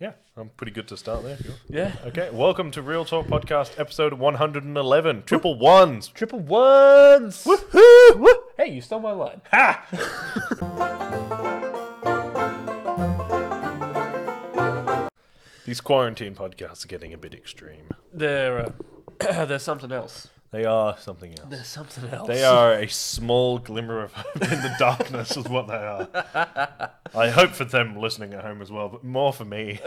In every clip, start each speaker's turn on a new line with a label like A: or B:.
A: Yeah, I'm pretty good to start there. if you want.
B: Yeah.
A: Okay, welcome to Real Talk Podcast, episode 111, triple ones.
B: Triple ones. Woohoo! Woo! Hey, you stole my line.
A: These quarantine podcasts are getting a bit extreme.
B: They're, uh, they're something else.
A: They are something else.
B: They're something else.
A: They are a small glimmer of hope in the darkness, is what they are. I hope for them listening at home as well, but more for me.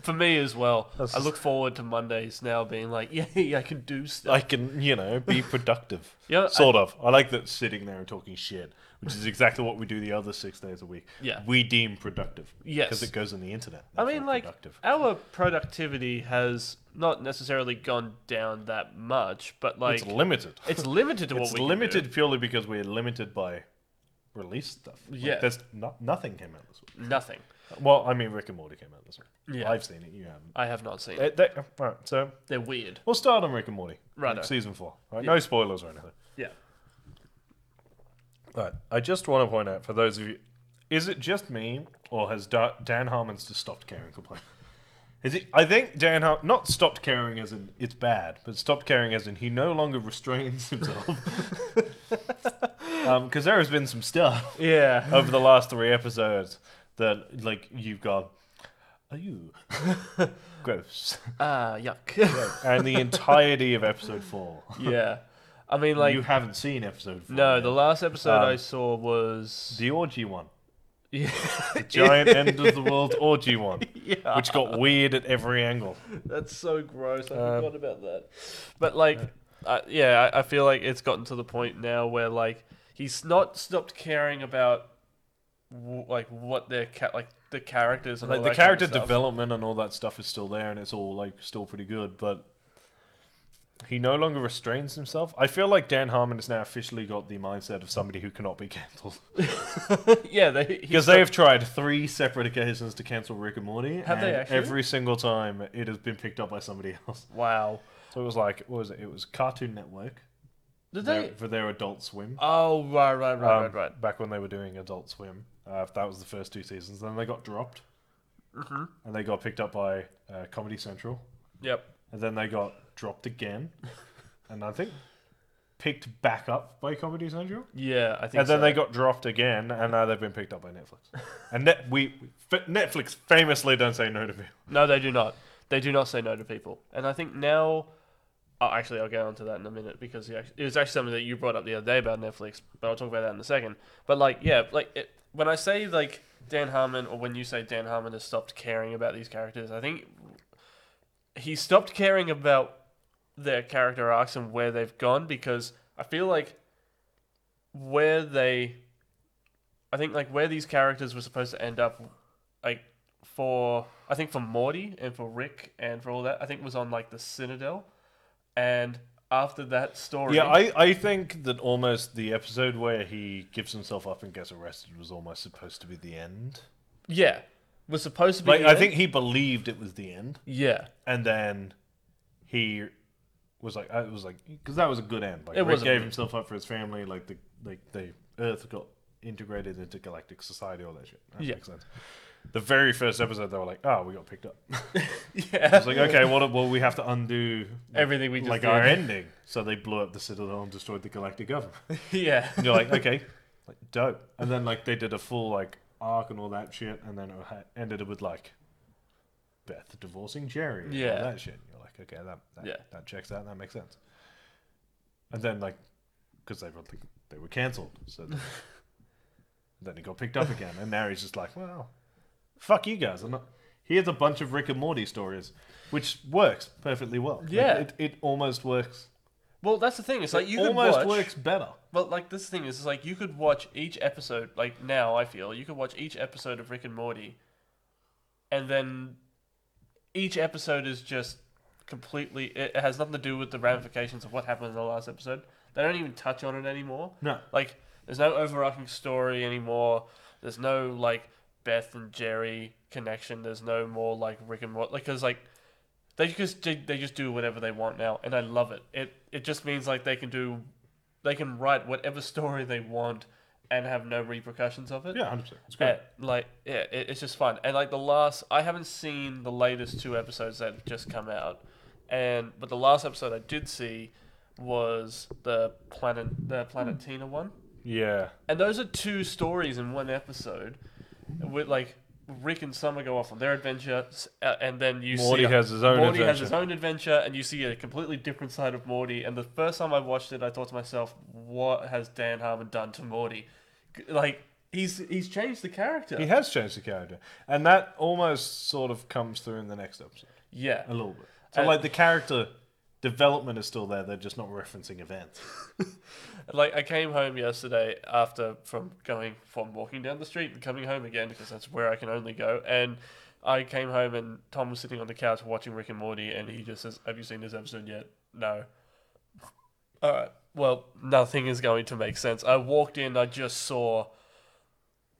B: For me as well. I look forward to Mondays now being like, yay, I can do stuff.
A: I can, you know, be productive.
B: Yeah, I-
A: Sort of. I like that sitting there and talking shit, which is exactly what we do the other six days a week.
B: Yeah.
A: We deem productive.
B: Yes.
A: Because it goes on the internet.
B: I
A: Therefore
B: mean, like,
A: Productive.
B: our productivity has not necessarily gone down that much, but like,
A: It's limited.
B: it's limited to what
A: It's
B: we can do.
A: limited purely because we're limited by release stuff. Like,
B: Yeah.
A: there's no, nothing came out this week.
B: Nothing.
A: Well, I mean, Rick and Morty came out this week.
B: Yeah.
A: I've seen it. You haven't.
B: I have not seen it.
A: They- they- all right. So
B: They're weird.
A: we'll start on Rick and Morty.
B: Righto.
A: Like, Season four. Right? No spoilers or anything.
B: Yeah.
A: All right. I just want to point out for those of you, is it just me or has da- Dan Harmon's just stopped caring completely? Is it, I think Dan Har- not stopped caring as in it's bad, but stopped caring as in he no longer restrains himself. Because there has been some stuff
B: Yeah.
A: over the last three episodes that like you've got are you gross
B: Ah, yuck.
A: and the entirety of episode four
B: yeah. I mean, like,
A: you haven't seen episode four
B: no,
A: yet.
B: the last episode
A: Um,
B: I saw was.
A: the orgy one
B: Yeah.
A: the giant end of the world orgy one
B: yeah.
A: which got weird at every angle
B: That's so gross. I
A: Um,
B: forgot about that. But like, uh, yeah, I, I feel like it's gotten to the point now where like he's not stopped caring about w- like what their cat like the characters and
A: like
B: all
A: the
B: that kind of
A: character
B: stuff.
A: development and all that stuff is still there and it's all like still pretty good but he no longer restrains himself. I feel like Dan Harmon has now officially got the mindset of somebody who cannot be cancelled.
B: yeah, they,
A: Because they have tried three separate occasions to cancel Rick and Morty.
B: Have they
A: and
B: actually?
A: Every single time it has been picked up by somebody else.
B: wow.
A: So it was like, what was it? It was Cartoon Network
B: Did
A: their-
B: they?
A: for their Adult Swim.
B: Oh right, right, right,
A: Um,
B: right, right.
A: Back when they were doing Adult Swim. Uh, that was the first two seasons. Then they got dropped.
B: Mm-hmm.
A: And they got picked up by uh, Comedy Central.
B: Yep.
A: And then they got dropped again. and I think picked back up by Comedy Central.
B: Yeah, I think.
A: And then
B: so.
A: they got dropped again, and now they've been picked up by Netflix. And net, we f- Netflix famously don't say no to people.
B: No, they do not. They do not say no to people. And I think now, oh, actually, I'll get onto that in a minute because it act- it was actually something that you brought up the other day about Netflix, but I'll talk about that in a second. But like, yeah, like it, when I say like Dan Harmon, or when you say Dan Harmon has stopped caring about these characters, I think he stopped caring about their character arcs and where they've gone because I feel like where they I think like where these characters were supposed to end up like for I think for Morty and for Rick and for all that I think was on like the Citadel and after that story
A: Yeah, I, I think that almost the episode where he gives himself up and gets arrested was almost supposed to be the end.
B: yeah was supposed to be
A: Like,
B: the
A: I
B: end.
A: think he believed it was the end,
B: yeah
A: and then he was like, I was like, because that was a good end. Like,
B: It
A: Rick
B: was a
A: gave
B: good-
A: himself up for his family. Like the like the Earth got integrated into galactic society, all that shit. That
B: Yeah.
A: makes sense. The very first episode, they were like, "Oh, we got picked up."
B: yeah
A: It's like, okay, what? Well, we have to undo
B: everything we just
A: like
B: did.
A: our ending. So they blew up the Citadel and destroyed the galactic government.
B: yeah
A: And you're like, okay, like dope. And then like they did a full like arc and all that shit, and then it ha- ended with like Beth divorcing Jerry. and all
B: Yeah.
A: that shit. You're like, okay, that that,
B: Yeah.
A: that checks out. That makes sense. And then like, because they were like, they were cancelled, so then, then he got picked up again, and now he's just like, well, fuck you guys. I'm not. Here's a bunch of Rick and Morty stories, which works perfectly well. Like,
B: Yeah.
A: it, it almost works.
B: well that's the thing it's like you could
A: almost
B: watch-
A: works better.
B: But like this thing is, is like you could watch each episode. Like now, I feel you could watch each episode of Rick and Morty, and then each episode is just completely. It it has nothing to do with the ramifications of what happened in the last episode. They don't even touch on it anymore.
A: No,
B: Like there's no overarching story anymore. There's no like Beth and Jerry connection. There's no more like Rick and Morty. Like because like they just they they just do whatever they want now, and I love it. It it just means like they can do they can write whatever story they want and have no repercussions of it.
A: Yeah, hundred percent. It's
B: Uh,
A: great.
B: like yeah, it, it's just fun. And like the last, I haven't seen the latest two episodes that have just come out, and but the last episode I did see was the planet the Planetina one,
A: yeah,
B: and those are two stories in one episode, with like Rick and Summer go off on their adventure, s- uh, and then you
A: Morty
B: see
A: has his own
B: Morty has
A: adventure.
B: his own adventure, and you see a completely different side of Morty. And the first time I watched it, I thought to myself, "What has Dan Harmon done to Morty? G- Like he's he's changed the character."
A: he has changed the character, and that almost sort of comes through in the next episode
B: Yeah.
A: a little bit. So
B: Uh,
A: like the character development is still there; they're just not referencing events.
B: Like I came home yesterday after from going from walking down the street and coming home again because that's where I can only go. And I came home and Tom was sitting on the couch watching Rick and Morty and he just says, Have you seen this episode yet? No. Alright. Well, nothing is going to make sense. I walked in, I just saw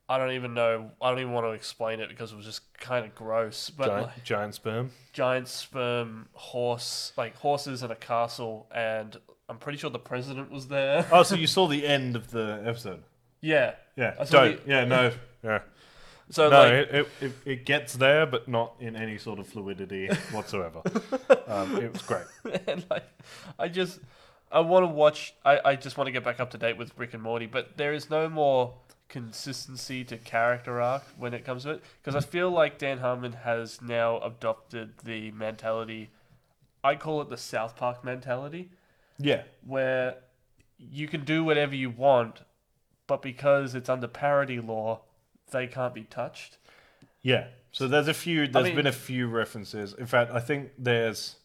B: I don't even know I don't even want to explain it because it was just kind of gross. But
A: Giant,
B: like,
A: giant sperm.
B: giant sperm horse like horses and a castle and I'm pretty sure the president was there.
A: Oh, so you saw the end of the episode?
B: Yeah.
A: Yeah.
B: I saw
A: Don't.
B: the-
A: Yeah. No. Yeah.
B: So
A: No,
B: like
A: it, it, it, it gets there, but not in any sort of fluidity whatsoever. um, it was great.
B: and like, I just I want to watch. I, I just want to get back up to date with Rick and Morty, but there is no more consistency to character arc when it comes to it because I feel like Dan Harmon has now adopted the mentality. I call it the South Park mentality,
A: Yeah.
B: where you can do whatever you want, but because it's under parody law, they can't be touched.
A: Yeah. So there's a few. There's
B: mean-
A: been a few references. In fact, I think there's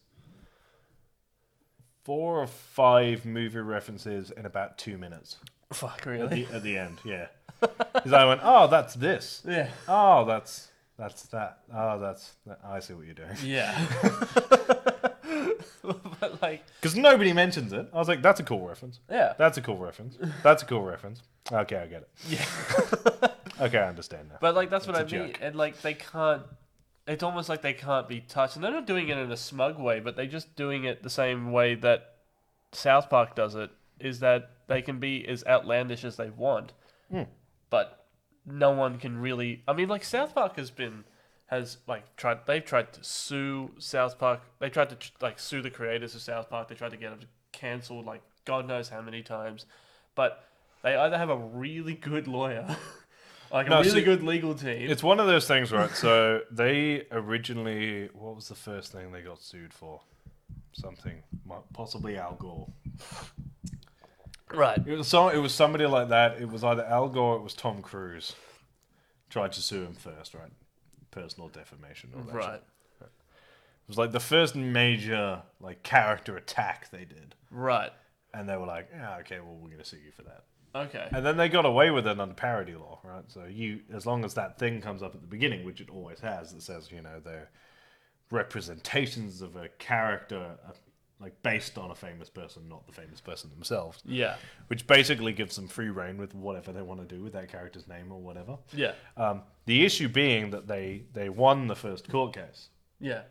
A: four or five movie references in about two minutes
B: Fuck,
A: at
B: really?
A: the, at the end. Yeah. Because I went, oh, that's this.
B: Yeah.
A: Oh, that's that's that. Oh, that's that. I see what you're doing.
B: Yeah. but like,
A: Because nobody mentions it. I was like, that's a cool reference.
B: yeah.
A: That's a cool reference. That's a cool reference. Okay, I get it.
B: Yeah.
A: Okay, I understand now.
B: But like that's what I
A: It's a
B: mean,
A: joke.
B: and like they can't. It's almost like they can't be touched, and they're not doing it in a smug way, but they're just doing it the same way that South Park does it. Is that they can be as outlandish as they want,
A: Hmm.
B: but no one can really. I mean, like South Park has been has like tried. They've tried to sue South Park. They tried to like sue the creators of South Park. They tried to get them cancelled. Like God knows how many times, but they either have a really good lawyer, like
A: No,
B: a really
A: see-
B: good legal team.
A: It's one of those things, right? So they originally, what was the first thing they got sued for? Something, mo- possibly Al Gore.
B: right.
A: It was so. It was somebody like that. It was either Al Gore, or it was Tom Cruise. Tried to sue him first, right? Personal defamation, all that shit.
B: Right.
A: It was like the first major like character attack they did,
B: Right.
A: and they were like, "Yeah, okay, well, we're gonna sue you for that."
B: Okay.
A: And then they got away with it under parody law, right? So you, as long as that thing comes up at the beginning, which it always has, that says you know they're representations of a character, uh, like based on a famous person, not the famous person themselves,
B: Yeah.
A: which basically gives them free reign with whatever they want to do with that character's name or whatever.
B: Yeah.
A: Um, the issue being that they they won the first court case.
B: Yeah.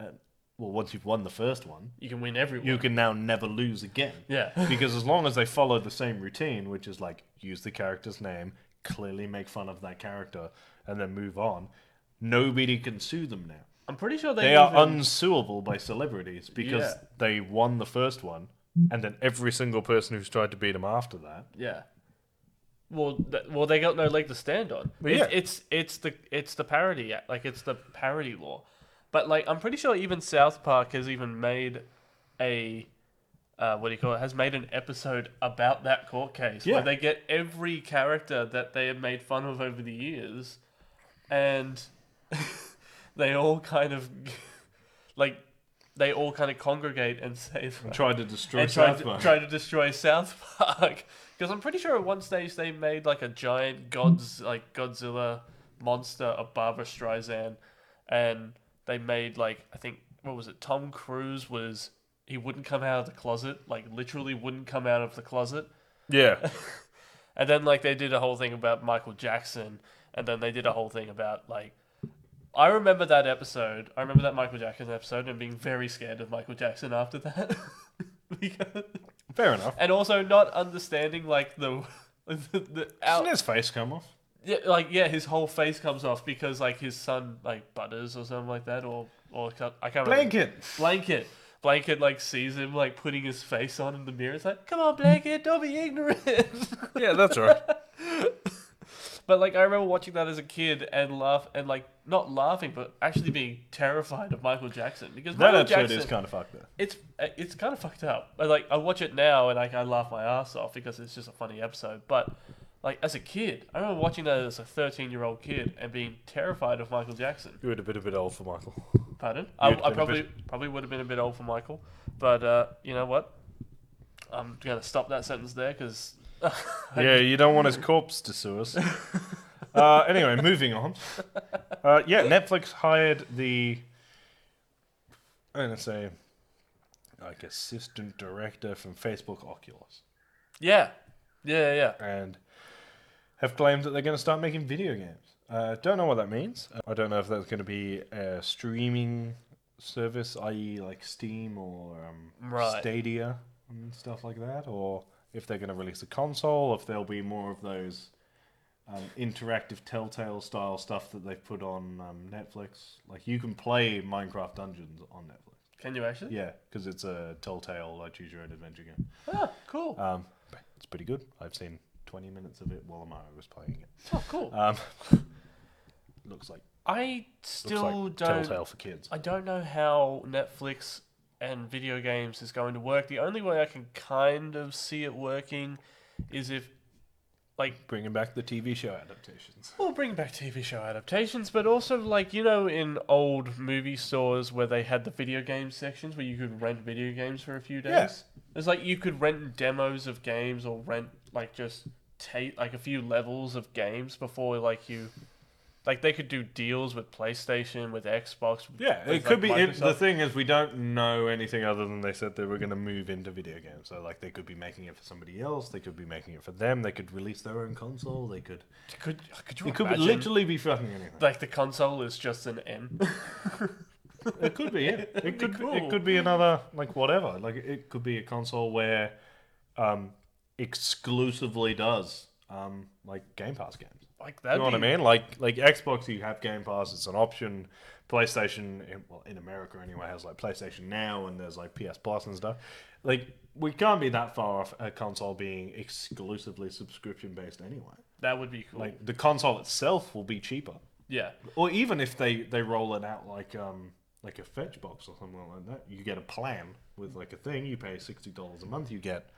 A: And, well, once you've won the first one,
B: You can win everyone.
A: you can now never lose again
B: yeah.
A: because as long as they follow the same routine, which is like use the character's name, clearly make fun of that character, and then move on, nobody can sue them now.
B: I'm pretty sure they,
A: They are
B: even-
A: unsuable by celebrities because
B: Yeah.
A: they won the first one, and then every single person who's tried to beat them after that.
B: Yeah. Well, th- well, they got no leg to stand on.
A: Well,
B: It's-
A: yeah.
B: it's it's the it's the parody act, like it's the parody law. But like, I'm pretty sure even South Park has even made a uh, what do you call it? Has made an episode about that court case
A: Yeah.
B: where they get every character that they have made fun of over the years, and they all kind of like they all kind of congregate and say that
A: Tried to destroy
B: and tried to, tried to destroy South Park. Because I'm pretty sure at one stage they made like a giant God's like Godzilla monster of Barbara Streisand, and they made like I think what was it? Tom Cruise was he wouldn't come out of the closet, like literally wouldn't come out of the closet.
A: yeah,
B: And then like they did a whole thing about Michael Jackson, and then they did a whole thing about like. I remember that episode. I remember that Michael Jackson episode and being very scared of Michael Jackson after that. because
A: fair enough.
B: and also not understanding like the Like, the, the
A: Doesn't
B: out,
A: his face come off?
B: yeah, like yeah, his whole face comes off because like his son like butters or something like that, or or cut- I can't remember.
A: Blanket.
B: Blanket. Blanket like sees him like putting his face on in the mirror. It's like, come on, Blanket, don't be ignorant.
A: Yeah, that's right.
B: but like I remember watching that as a kid and laugh and like not laughing, but actually being terrified of Michael Jackson because
A: that
B: Michael
A: episode
B: Jackson
A: is kind of fucked up.
B: it's uh, it's kind of fucked up. I, Like I watch it now and like I laugh my ass off because it's just a funny episode. But like as a kid, I remember watching that as a thirteen-year-old kid and being terrified of Michael Jackson.
A: You would have been a bit old for Michael.
B: Pardon? I,
A: You'd
B: I
A: been a
B: probably probably would have been a bit old for Michael, but uh, you know what? I'm gonna stop that sentence there because
A: Yeah, you don't want his corpse to sue us. uh, anyway, moving on. Uh, yeah, Netflix hired the. I'm gonna say, like assistant director from Facebook Oculus,
B: yeah, yeah, yeah.
A: and have claimed that they're going to start making video games. Uh, don't know what that means. I don't know if that's going to be a streaming service, i.e., like Steam or um,
B: Right.
A: Stadia and stuff like that, or if they're going to release a console, if there'll be more of those um, interactive Telltale style stuff that they've put on um, Netflix. Like you can play Minecraft Dungeons on Netflix.
B: Can you actually?
A: Yeah, because it's a Telltale like choose your own adventure game.
B: Ah, cool.
A: Um, but it's pretty good. I've seen 20 minutes of it while Amara was playing it.
B: oh, cool.
A: Um, looks like
B: I
A: looks
B: still
A: like
B: don't
A: Telltale for kids.
B: I don't know how Netflix and video games is going to work. The only way I can kind of see it working is if, like,
A: Bringing back the TV show adaptations.
B: well, bring back TV show adaptations, but also, like, you know, in old movie stores where they had the video game sections where you could rent video games for a few days.
A: Yeah.
B: It's like you could rent demos of games or rent, like, just take, like, a few levels of games before, like, you. Like they could do deals with PlayStation, with Xbox.
A: Yeah, it
B: with,
A: could be.
B: like,
A: It, the
B: Microsoft.
A: thing is, we don't know anything other than they said they were going to move into video games. So, like, they could be making it for somebody else. They could be making it for them. They could release their own console. They could.
B: Could, could you
A: It could be,
B: imagine?
A: literally be fucking anything.
B: Like the console is just an M.
A: It could be. Yeah.
B: That'd
A: It
B: be
A: could.
B: cool.
A: It could be another like whatever. Like it could be a console where, um, exclusively does um like Game Pass games.
B: Like
A: You
B: that.
A: know what I mean? Like like Xbox, you have Game Pass. It's an option. PlayStation, in- well, in America anyway, has like PlayStation Now, and there's like PS Plus and stuff. Like we can't be that far off a console being exclusively subscription based anyway.
B: That would be cool.
A: Like the console itself will be cheaper
B: yeah.
A: or even if they they roll it out like um like a fetch box or something like that you get a plan with like a thing you pay $60 a month you get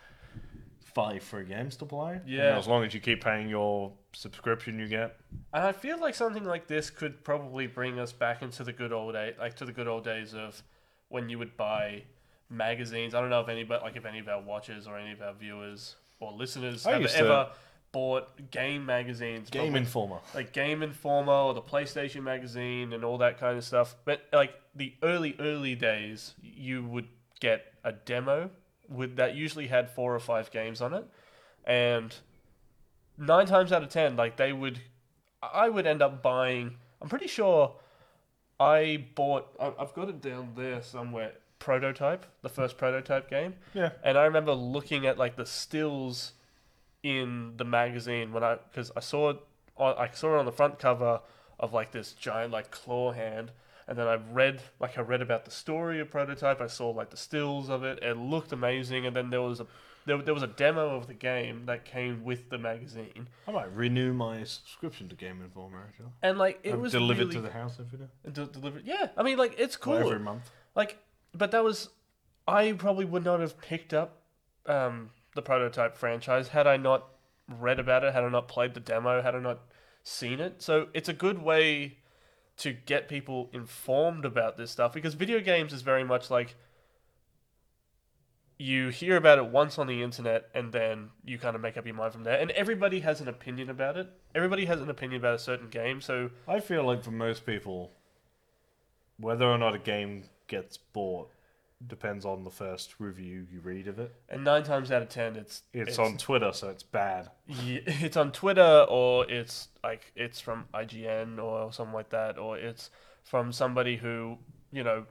A: five free games to play And
B: Yeah.
A: as long as you keep paying your subscription you get
B: And I feel like something like this could probably bring us back into the good old day, like to the good old days of when you would buy magazines. I don't know if any, but like if any of our watchers or any of our viewers or listeners
A: I
B: have
A: used to-
B: ever bought game magazines. but
A: game informer
B: like Game Informer or the PlayStation magazine and all that kind of stuff. But like the early early days, you would get a demo with that usually had four or five games on it, and nine times out of ten, like they would, I would end up buying. I'm pretty sure I bought. I- I've got it down there somewhere. Prototype, the first prototype game.
A: yeah
B: And I remember looking at like the stills in the magazine when I because I saw it on, I saw it on the front cover of like this giant like claw hand, and then I read like I read about the story of Prototype. I saw like the stills of it. It looked amazing, and then there was a there, there was a demo of the game that came with the magazine,
A: i might renew my subscription to game informer actually
B: and like it
A: And
B: was
A: delivered
B: really,
A: to the house every day
B: de- delivered. Yeah, I mean like it's cool.
A: Or every month
B: Like, but that was I probably would not have picked up um, the prototype franchise had I not read about it, had I not played the demo, had I not seen it. So it's a good way to get people informed about this stuff because video games is very much like you hear about it once on the internet and then you kind of make up your mind from there and everybody has an opinion about it everybody has an opinion about a certain game so
A: i feel like for most people whether or not a game gets bought depends on the first review you read of it
B: and nine times out of ten it's
A: it's, on twitter so it's bad
B: Yeah, it's on Twitter or it's like it's from IGN or something like that, or it's from somebody who you know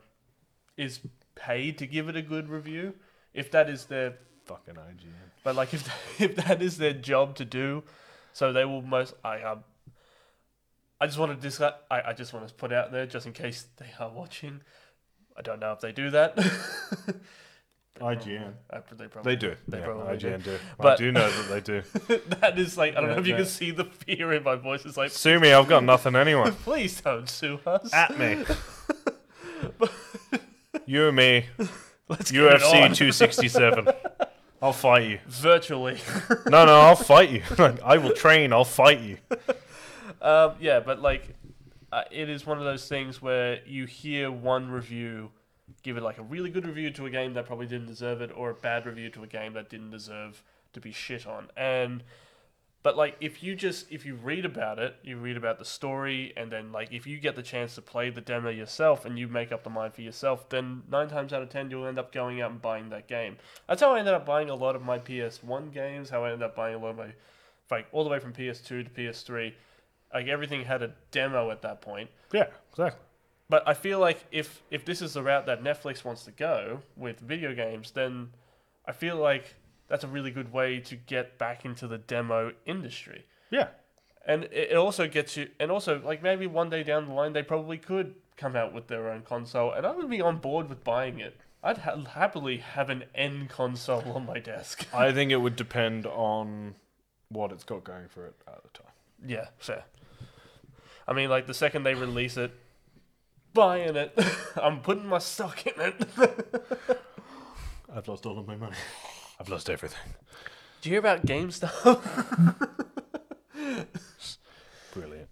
B: is paid to give it a good review. If that is their
A: Fucking IGN.
B: But like if if that is their job to do, so they will most. I um, I just want to dis- I, I just want to put out there just in case they are watching. I don't know if they do that.
A: IGN.
B: I, they probably
A: They do.
B: They
A: yeah,
B: probably do.
A: IGN do. I
B: But-
A: do know that they do.
B: that is like I don't
A: Yeah,
B: know if you can
A: yeah.
B: see the fear in my voice. It's like
A: Sue me, I've got nothing anyway.
B: please don't sue us.
A: At me. you and me,
B: Let's get it
A: UFC
B: on.
A: 267. I'll fight you.
B: virtually.
A: No, no, I'll fight you. Like, I will train, I'll fight you.
B: Um, yeah, but like, uh, it is one of those things where you hear one review give it like a really good review to a game that probably didn't deserve it, or a bad review to a game that didn't deserve to be shit on. And but like, if you just if you read about it, you read about the story, and then like if you get the chance to play the demo yourself and you make up the mind for yourself, then nine times out of ten you'll end up going out and buying that game. That's how I ended up buying a lot of my PS1 games. How I ended up buying a lot of my like all the way from PS2 to PS3 like everything had a demo at that point.
A: Yeah, exactly.
B: But I feel like if if this is the route that Netflix wants to go with video games, then I feel like that's a really good way to get back into the demo industry.
A: Yeah.
B: And it it also gets you, and also like maybe one day down the line they probably could come out with their own console, and I would be on board with buying it. I'd ha- happily have an N console on my desk.
A: I think it would depend on what it's got going for it at the time.
B: Yeah, fair. I mean, like the second they release it, buying it, I'm putting my stock in it.
A: I've lost all of my money. I've lost everything.
B: Do you hear about GameStop?
A: Brilliant.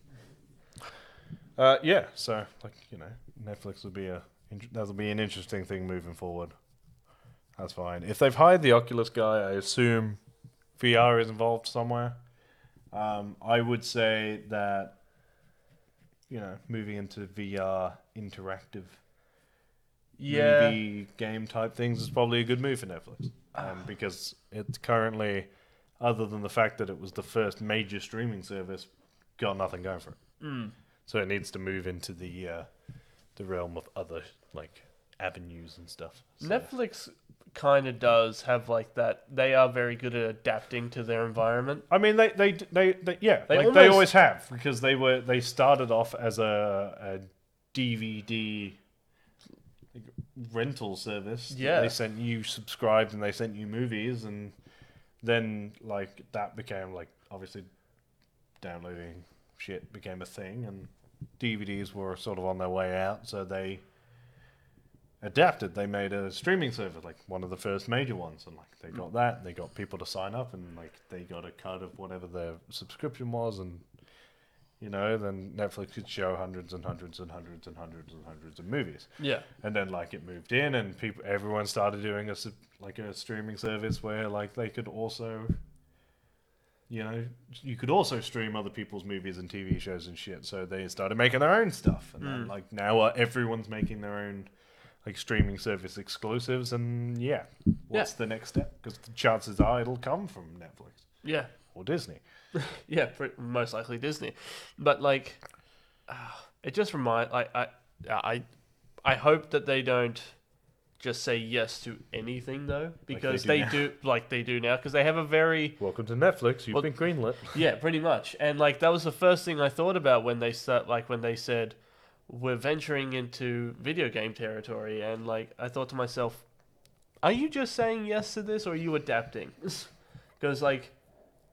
A: Uh, yeah, so like you know, Netflix would be a int- that'll be an interesting thing moving forward. That's fine. If they've hired the Oculus guy, I assume VR is involved somewhere. Um, I would say that you know, moving into VR interactive
B: Yeah,
A: movie game type things is probably a good move for Netflix
B: Ah.
A: um, because it's currently, other than the fact that it was the first major streaming service, got nothing going for it.
B: Mm.
A: So it needs to move into the uh, the realm of other like avenues and stuff. So,
B: Netflix kind of does have like that. They are very good at adapting to their environment.
A: I mean, they they they, they yeah,
B: They
A: like they
B: almost-
A: always have because they were they started off as a, a DVD like, rental service. that
B: Yeah.
A: they sent you subscribed and they sent you movies, and then like that became like obviously downloading shit became a thing, and DVDs were sort of on their way out, so they adapted. They made a streaming service, like one of the first major ones, and like they got that, and they got people to sign up, and like they got a cut of whatever their subscription was, and you know, then Netflix could show hundreds and hundreds and hundreds and hundreds and hundreds of movies,
B: Yeah,
A: and then like it moved in, and people, everyone started doing a sub- like a streaming service where like they could also. You know, you could also stream other people's movies and TV shows and shit. So they started making their own stuff, and then,
B: Mm.
A: like now uh, everyone's making their own like streaming service exclusives and yeah what's the next step because the chances are it'll come from netflix
B: yeah,
A: or disney
B: yeah. pr most likely Disney, but like, ah, it just remind like I I I hope that they don't just say yes to anything though because
A: do
B: they,
A: now.
B: do like they do now because they have a very
A: welcome to netflix you've
B: Well-
A: been greenlit
B: Yeah, pretty much. And like that was the first thing I thought about when they start, like when they said we're venturing into video game territory, and like I thought to myself, are you just saying yes to this, or are you adapting? Because like,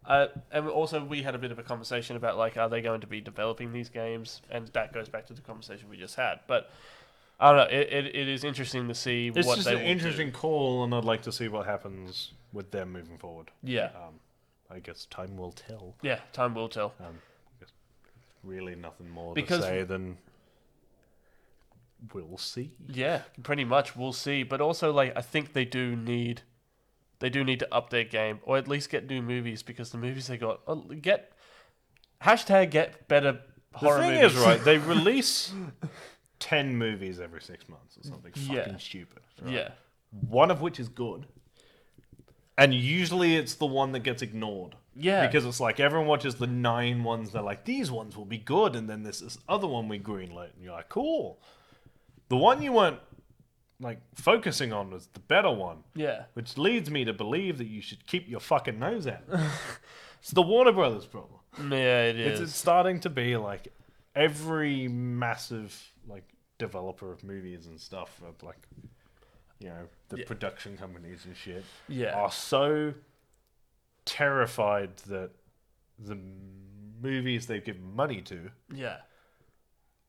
B: uh, and also we had a bit of a conversation about like, are they going to be developing these games, and that goes back to the conversation we just had, but. I don't know. It, it, it is interesting to see
A: it's
B: what
A: just
B: they
A: an
B: will do.
A: interesting call and i'd like to see what happens with them moving forward
B: Yeah,
A: um, i guess time will tell
B: yeah. Time will tell.
A: um, there's really nothing more
B: Because-
A: to say than we'll see
B: Yeah, pretty much. We'll see. But also, like, I think they do need, they do need to up their game, or at least get new movies because the movies they got oh, get hashtag get better horror
A: the thing
B: movies.
A: is right they release 10 movies every six months or something
B: Yeah.
A: fucking stupid right?
B: Yeah,
A: one of which is good. And usually it's the one that gets ignored.
B: Yeah.
A: Because it's like everyone watches the nine ones, they're like, these ones will be good. And then there's this other one we greenlit. And you're like, cool. The one you weren't like focusing on was the better one,
B: Yeah.
A: which leads me to believe that you should keep your fucking nose out. it's the Warner Brothers problem.
B: Yeah, it
A: It's,
B: is.
A: it's starting to be like every massive like developer of movies and stuff, of, like you know the
B: Yeah.
A: production companies and shit,
B: yeah.
A: are so terrified that the movies they've given money to
B: Yeah.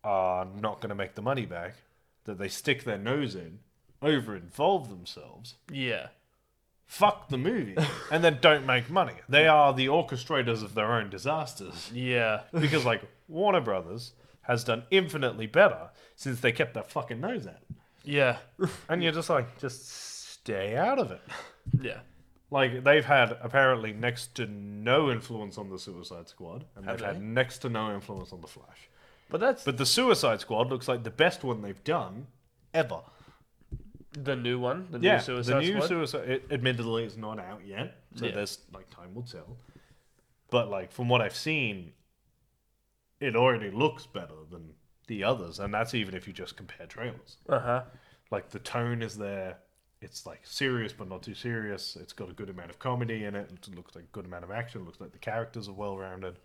A: are not going to make the money back that they stick their nose in, over involve themselves,
B: Yeah.
A: fuck the movie, and then don't make money. They are the orchestrators of their own disasters.
B: Yeah.
A: Because, like, Warner Brothers has done infinitely better since they kept their fucking nose out.
B: Yeah.
A: And you're just like, just stay out of it.
B: Yeah.
A: Like, they've had apparently next to no influence on the Suicide Squad, and
B: Have
A: they've
B: they?
A: had next to no influence on The Flash.
B: But that's
A: But the Suicide Squad looks like the best one they've done ever.
B: the new one. The
A: yeah,
B: new Suicide
A: the new
B: Squad.
A: Suicide. It, admittedly, it's not out yet, so
B: Yeah.
A: there's like time will tell. But like from what I've seen, it already looks better than the others, and that's even if you just compare trailers.
B: uh huh.
A: Like the tone is there. It's like serious but not too serious. It's got a good amount of comedy in it. It looks like a good amount of action. It looks like the characters are well rounded.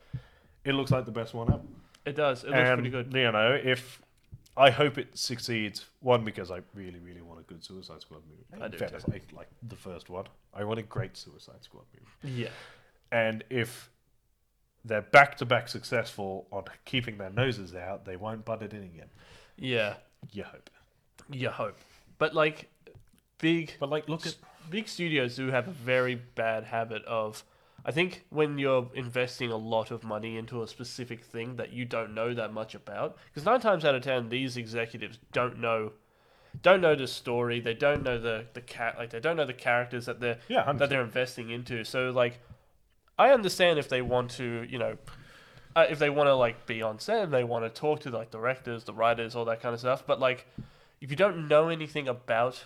A: It looks like the best one ever.
B: It does. It looks
A: and
B: pretty good.
A: You know, if I hope it succeeds, one because I really, really want a good Suicide Squad movie.
B: I
A: In
B: do
A: fairness, I like the first one. I want a great Suicide Squad movie.
B: Yeah.
A: And if they're back to back successful on keeping their noses out, they won't butt it in again.
B: Yeah.
A: You hope.
B: You hope. But like, big
A: But like, look at
B: big studios do have a very bad habit of I think when you're investing a lot of money into a specific thing that you don't know that much about, because nine times out of ten, these executives don't know, don't know the story. They don't know the the cat, like they don't know the characters that they're
A: yeah, 100%.
B: that they're investing into. So like, I understand if they want to, you know, uh, if they want to like be on set and they want to talk to like directors, the writers, all that kind of stuff. But like, if you don't know anything about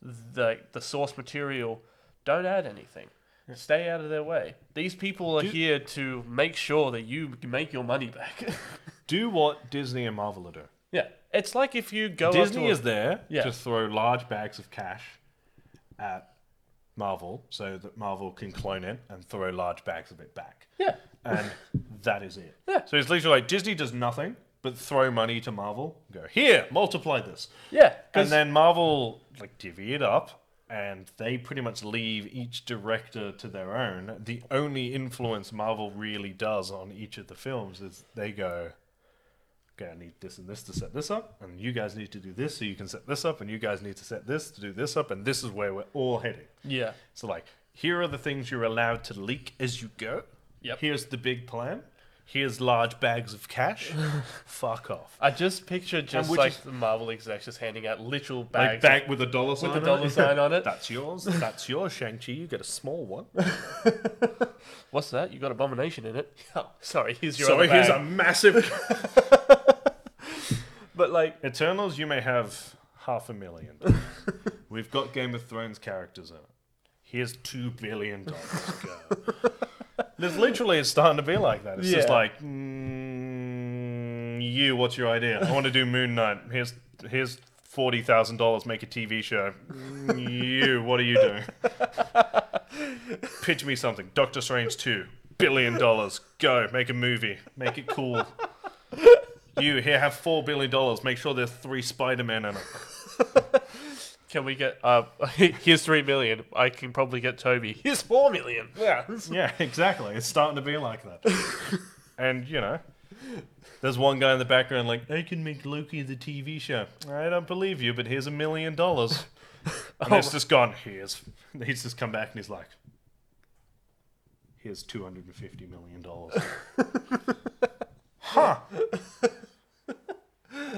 B: the the source material, don't add anything. Stay out of their way. These people are
A: Do-
B: here to make sure that you make your money back.
A: do what Disney and Marvel are doing.
B: yeah, it's like if you go up
A: Disney
B: to a-
A: is there
B: Yeah.
A: to throw large bags of cash at Marvel so that Marvel can clone it and throw large bags of it back.
B: yeah,
A: and that is it.
B: Yeah.
A: So it's literally like Disney does nothing but throw money to Marvel. Go here, multiply this,
B: yeah,
A: and
B: because
A: then Marvel like divvy it up, and they pretty much leave each director to their own. The only influence Marvel really does on each of the films is they go. Okay, I need this and this to set this up, and you guys need to do this so you can set this up, and you guys need to set this to do this up, and this is where we're all heading.
B: yeah,
A: So like, here are the things you're allowed to leak as you go.
B: Yep.
A: Here's the big plan. Here's large bags of cash. Fuck off.
B: I just picture just
A: which
B: like
A: is-
B: the Marvel execs just handing out literal
A: Like
B: bags. of-
A: bag with a dollar sign.
B: a dollar
A: on it.
B: sign on it.
A: That's yours. That's yours, Shang Chi. You get a small one.
B: What's that? You got abomination in it? Oh, sorry, here's your
A: Sorry,
B: other bag.
A: here's a massive.
B: But like,
A: Eternals. You may have half a million. We've got Game of Thrones characters in it. Here's two billion dollars. Go. There's literally it's starting to be like that. It's just
B: Yeah.
A: like mm, you. What's your idea? I want to do Moon Knight. Here's here's forty thousand dollars. Make a TV show. Mm, you. What are you doing? Pitch me something. Doctor Strange two billion dollars. Go make a movie. Make it cool. You here have four billion dollars. Make sure there's three Spider Men in it.
B: can we get? Uh, here's three million. I can probably get Toby. Here's four million. Yeah.
A: Yeah, exactly. It's starting to be like that. and, you know, there's one guy in the background like, I can make Loki the TV show. I don't believe you, but here's a million dollars. And
B: Oh.
A: it's just gone, here's. He's just come back and he's like, here's $250 million. huh.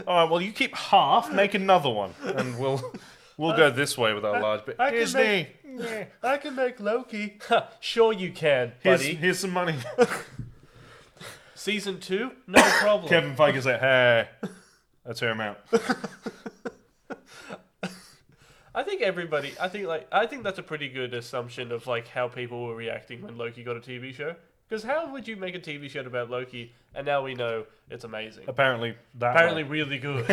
A: All right, well, you keep half, make another one, and we'll. We'll go this way with our large bit.
B: I can
A: Disney. Yeah.
B: I can make Loki. sure you can,
A: Here's,
B: buddy.
A: here's some money.
B: Season two, no problem.
A: Kevin Feige's like, hey, that's her amount.
B: I think everybody. I think like I think that's a pretty good assumption of like how people were reacting when Loki got a TV show. Because how would you make a TV show about Loki? And now we know it's amazing.
A: Apparently, that
B: Apparently,
A: one.
B: really good.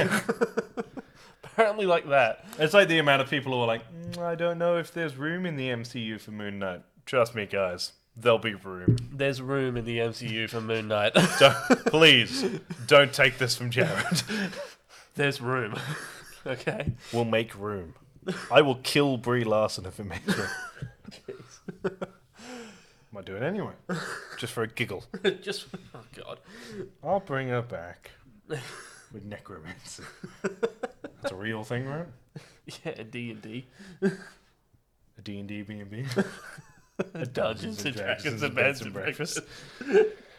B: apparently like that.
A: It's like the amount of people who are like, "Mm, I don't know if there's room in the MCU for Moon Knight. Trust me, guys, there'll be room.
B: There's room in the MCU for Moon Knight.
A: Don't, please, don't take this from Jared.
B: There's room. okay.
A: We'll make room. I will kill Brie Larson if it makes room. Might do it anyway, just for a giggle.
B: Just oh god.
A: I'll bring her back with necromancy. That's a real thing, right?
B: Yeah, D and D.
A: A D&D B&B.
B: Dungeons and Dragons and Beds and Breakfast.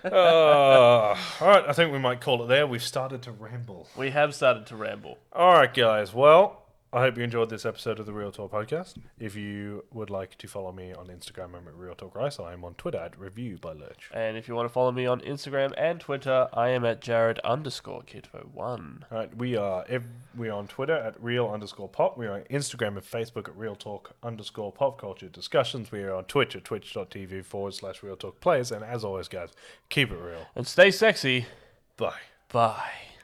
A: Uh, Ah, all right, I think we might call it there. We've started to ramble.
B: We have started to ramble.
A: All right, guys. Well, I hope you enjoyed this episode of the Real Talk podcast. If you would like to follow me on Instagram, I'm at Real Talk Rice. I am on Twitter at Review by Lurch.
B: And if you want to follow me on Instagram and Twitter, I am at Jared underscore Kidvo one.
A: All right, we are ev- we are on Twitter at Real underscore Pop. We are on Instagram and Facebook at Real Talk underscore Pop Culture Discussions. We are on Twitch at twitch.tv forward slash Real Talk Players. And as always, guys, keep it real.
B: And stay sexy.
A: Bye.
B: Bye.